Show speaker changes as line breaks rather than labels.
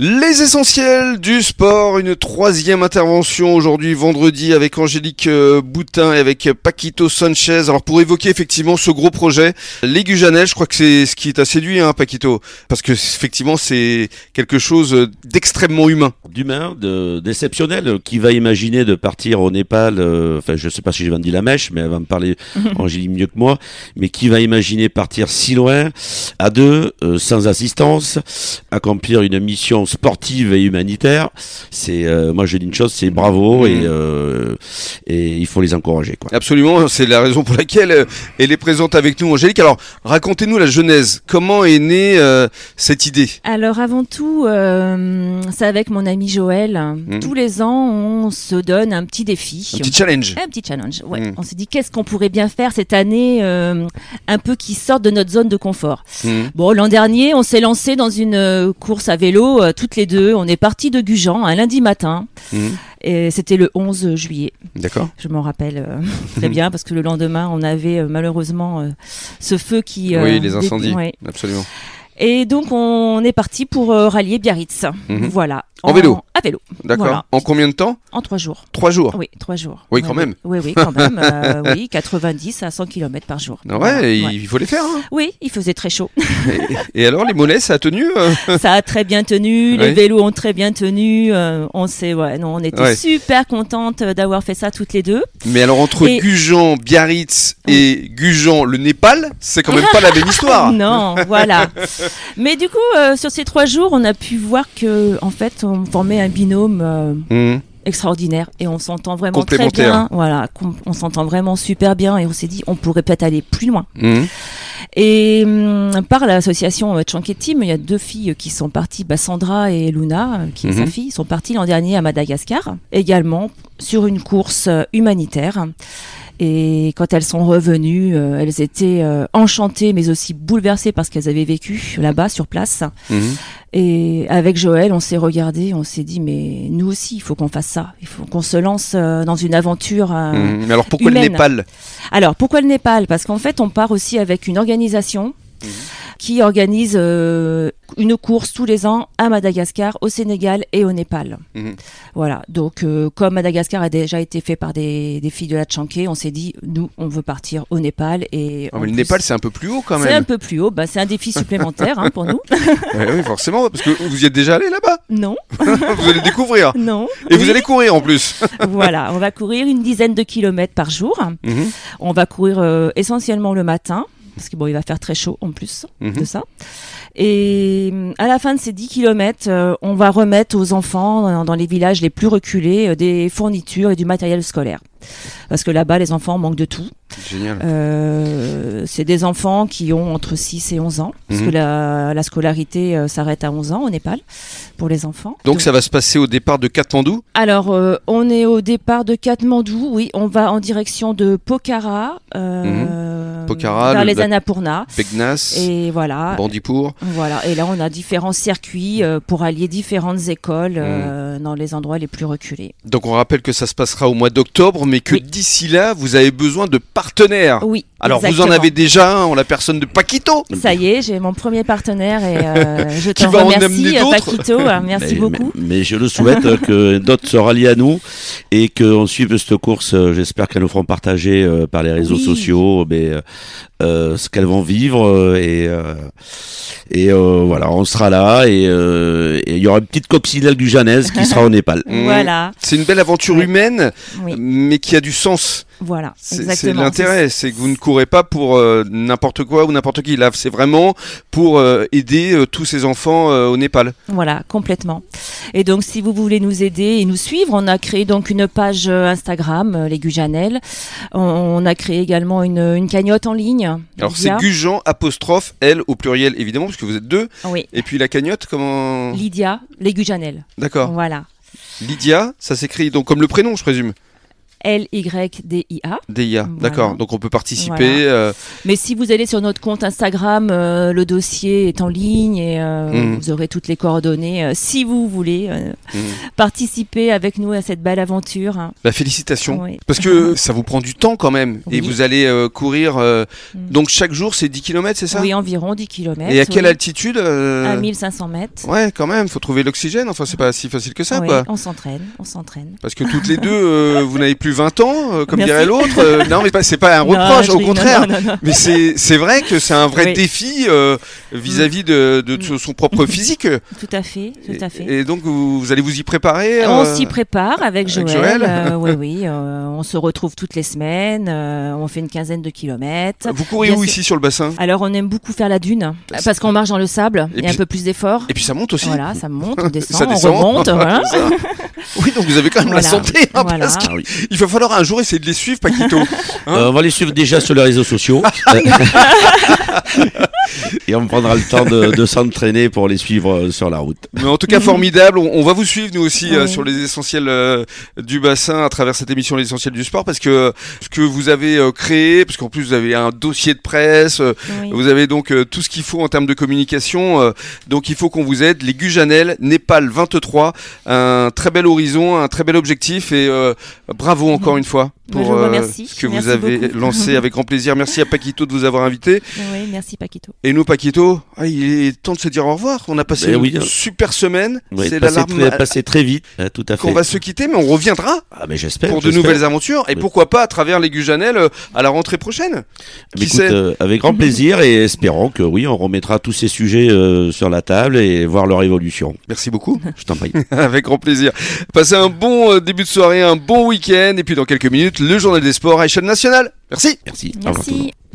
Les essentiels du sport, une troisième intervention aujourd'hui vendredi avec Angélique euh, Boutin et avec Paquito Sanchez. Alors pour évoquer effectivement ce gros projet, l'aigu Janel, je crois que c'est ce qui t'a séduit hein Paquito, parce que effectivement c'est quelque chose d'extrêmement humain.
D'humain, de- d'exceptionnel, qui va imaginer de partir au Népal, euh, enfin je sais pas si j'ai vendu la mèche, mais elle va me parler Angélique mieux que moi, mais qui va imaginer partir si loin, à deux, euh, sans assistance, accomplir une mission sportive et humanitaire, c'est, euh, moi je dis une chose, c'est bravo et,
Mhm.
euh, et il faut les encourager quoi.
Absolument, c'est la raison pour laquelle euh, elle est présente avec nous Angélique. Alors racontez-nous la genèse, comment est née euh, cette idée
Alors avant tout, euh, c'est avec mon ami Joël. Tous les ans, on se donne un petit défi.
Mhm. Un petit challenge.
Un petit challenge, ouais.
Mm.
On s'est dit qu'est-ce qu'on pourrait bien faire cette année, euh, un peu qui sorte de notre zone de confort.
Mhm.
Bon, l'an dernier, on s'est lancé dans une euh, course à vélo, euh, toutes les deux. On est parti de Gujan un lundi matin,
Mhm.
et c'était le 11 juillet.
D'accord.
Je m'en rappelle euh, très bien, parce que le lendemain, on avait euh, malheureusement euh, ce feu qui... euh,
oui, les
dé-
incendies.
ouais.
Absolument.
Et donc, on est parti pour euh, rallier Biarritz.
Mhm.
Voilà.
En vélo.
À vélo,
D'accord.
Voilà.
En combien de temps
en trois jours.
Trois jours.
Oui, trois jours.
Oh. Oui,
Ouais,
quand même.
Oui, oui, quand même. euh, oui, 90 à 100 km par jour.
Ouais,
Voilà,
il
ouais.
faut les faire. hein.
Oui, il faisait très chaud.
Et, et alors, les mollets, ça a tenu euh
Ça a très bien tenu, les
Oui.
vélos ont très bien tenu. euh, on s'est, ouais, non, on était
Ouais.
super contentes d'avoir fait ça toutes les deux.
Mais alors, entre
Et-
Gujan, Biarritz et Gujan, le Népal, c'est quand même pas la même histoire.
Non, voilà. Mais du coup, euh, sur ces trois jours, on a pu voir que, en fait, on formait un binôme euh,
Mhm.
extraordinaire et on s'entend vraiment très
Complémentaire.
bien. Voilà, com- on s'entend vraiment super bien et on s'est dit, on pourrait peut-être aller plus loin.
Mhm.
Et hum, par l'association euh, Chunky Team, il y a deux filles qui sont parties, bah, Sandra et Luna, euh, qui est sa
Mhm.
fille, sont parties l'an dernier à Madagascar, également sur une course euh, humanitaire. Et quand elles sont revenues, euh, elles étaient euh, enchantées, mais aussi bouleversées parce qu'elles avaient vécu là-bas, sur place.
Mhm.
Et avec Joël, on s'est regardé, on s'est dit, mais nous aussi, il faut qu'on fasse ça. Il faut qu'on se lance euh, dans une aventure. euh,
Mhm. Mais alors, pourquoi le
Humaine.
Népal
alors, pourquoi le Népal Parce qu'en fait, on part aussi avec une organisation
Mhm.
qui organise euh, une course tous les ans à Madagascar, au Sénégal et au Népal.
Mhm.
Voilà, donc euh, comme Madagascar a déjà été fait par des, des filles de la Tchanké, on s'est dit, nous, on veut partir au Népal. Et
Ah,
en
mais Le
plus,
Népal, c'est un peu plus haut quand
c'est un
même.
peu plus haut, bah, c'est un défi supplémentaire hein, pour nous.
Ouais, oui, forcément, parce que vous y êtes déjà allé là-bas.
Non,
Vous allez découvrir.
non.
Et vous
Oui,
allez courir en plus.
Voilà, on va courir une dizaine de kilomètres par jour.
Mhm.
On va courir euh, essentiellement le matin, parce que bon, il va faire très chaud en plus.
Mhm.
de ça. Et euh, à la fin de ces 10 km, on va remettre aux enfants dans, dans les villages les plus reculés euh, des fournitures et du matériel scolaire. Parce que là-bas, les enfants manquent de tout.
Génial.
Euh, c'est des enfants qui ont entre 6 et 11 ans, parce
Mhm.
que la, la scolarité euh, s'arrête à 11 ans au Népal pour les enfants.
Donc, ça va se passer au départ de Katmandou.
Alors, euh, on est au départ de Katmandou, oui, on va en direction de Pokhara, euh,
Mhm. Pokhara,
vers
le-
les
la-
Annapurna.
Begnas,
Et ah, voilà,
Bandipour.
voilà, et là on a différents circuits euh, pour allier différentes écoles
Mhm.
euh, dans les endroits les plus reculés.
Donc, on rappelle que ça se passera au mois d'octobre, mais que
Oui.
d'ici là, vous avez besoin de partenaires.
Oui.
Ah. Alors vous en
exactement.
avez déjà un en la personne de Paquito.
Ça y est, j'ai mon premier partenaire et euh, je
Qui
te
va en
remercie,
amener
euh,
d'autres.
Paquito. hein, Merci
mais,
beaucoup.
Mais, mais je le souhaite euh, que d'autres se rallient à nous et qu'on suive cette course. euh, J'espère qu'elles nous feront partager euh, par les réseaux
Oui.
sociaux mais, euh, euh, ce qu'elles vont vivre. euh, et euh, et euh, voilà, on sera là et euh, et il y aura une petite coccinelle du Janez qui sera au Népal.
Mmh.
Voilà,
C'est une belle aventure
Ouais.
humaine,
oui,
mais qui a du sens.
voilà,
C'est- C'est
exactement.
l'intérêt, c'est que vous ne courez pas pour euh, n'importe quoi ou n'importe qui. Là, c'est vraiment pour euh, aider euh, tous ces enfants euh, au Népal.
Voilà, complètement. Et donc, si vous voulez nous aider et nous suivre, on a créé donc une page euh, Instagram, euh, les Gujanel. On, on a créé également une, une cagnotte en ligne.
Alors c'est
Lydia.
Gujan apostrophe L au pluriel évidemment parce que vous êtes deux.
Oui,
Et puis la cagnotte comment
Lydia, les Gujanel.
D'accord.
Voilà.
Lydia, ça s'écrit donc comme le prénom, je présume.
L-Y-D-I-A.
DIA,
Voilà.
d'accord. Donc on peut participer.
Voilà.
euh,
Mais si vous allez sur notre compte Instagram, euh, le dossier est en ligne et euh,
Mhm.
vous aurez toutes les coordonnées euh, si vous voulez euh,
Mhm.
participer avec nous à cette belle aventure. hein.
La félicitation.
Oui.
Parce que ça vous prend du temps quand même. Et
Oui.
vous allez euh, courir. euh,
Mm.
Donc chaque jour, c'est 10 km, c'est ça
Oui, environ 10 km.
Et à quelle altitude euh,
À 1500 mètres.
Ouais, quand même, faut trouver l'oxygène. Enfin, c'est pas si facile que ça,
Oui,
quoi.
on s'entraîne, on s'entraîne.
Parce que toutes les deux, euh, vous n'avez plus 20 ans, euh, comme
Merci.
dirait l'autre. Euh, non, mais pas- c'est pas un
Non,
reproche,
je
au
rigole,
contraire.
non, non, non.
Mais c'est c'est vrai que c'est un vrai
Oui.
défi euh, vis-à-vis de, de, de son propre physique.
Tout à fait, tout à fait. Ah,
Et, et donc, vous, vous allez vous y préparer.
On
euh,
s'y prépare avec Joël.
Joël
euh, oui, oui. euh, on se retrouve toutes les semaines. euh, on fait une quinzaine de kilomètres.
Vous courez
Bien
où
sûr.
ici sur le bassin
Alors, on aime beaucoup faire la dune parce qu'on marche dans le sable.
Et
Il y a un
puis-
peu plus d'effort.
Et puis ça monte aussi.
Voilà, ça monte, on descend,
Ça descend.
on remonte. voilà.
Ça. Oui, donc vous avez quand même la
Voilà.
santé. hein,
Voilà.
parce
Ah oui.
qu'il va falloir un jour essayer de les suivre, Paquito. Hein
Euh, on va les suivre déjà sur les réseaux sociaux. Et on prendra le temps de, de s'entraîner pour les suivre euh, sur la route.
Mais en tout cas, formidable. On, on va vous suivre, nous aussi, euh,
Ouais.
sur les essentiels euh, du bassin à travers cette émission Les Essentiels du Sport, parce que euh, ce que vous avez euh, créé, parce qu'en plus, vous avez un dossier de presse, euh,
Oui.
vous avez donc euh, tout ce qu'il faut en termes de communication. euh, donc, il faut qu'on vous aide. Les Gujanel, Népal 23, un très bel horizon, un très bel objectif. Et euh, bravo encore une fois
Bah, je
pour euh,
vous remercie.
ce que vous
Merci
avez
beaucoup.
lancé avec grand plaisir. Merci à Paquito de vous avoir invité.
Oui, merci Paquito.
Et nous, Paquito, ah, il est temps de se dire au revoir. On a passé
Ben
une
oui.
super semaine.
Ouais,
C'est
passer
l'alarme
très, passer très vite, hein, tout à fait.
qu'on va se quitter, mais on reviendra
Ah, mais j'espère.
pour de
j'espère.
nouvelles aventures. Et
Oui.
pourquoi pas à travers les Gujanel euh, à la rentrée prochaine
Mais
Qui
écoute,
sait
euh, avec grand plaisir et espérons que oui, on remettra tous ces sujets euh, sur la table et voir leur évolution.
Merci beaucoup.
Je t'en prie.
Avec grand plaisir. Passez un bon euh, début de soirée, un bon week-end. Et puis dans quelques minutes, le journal des sports à échelle nationale. Merci.
Merci. Au revoir tout le monde.
Merci.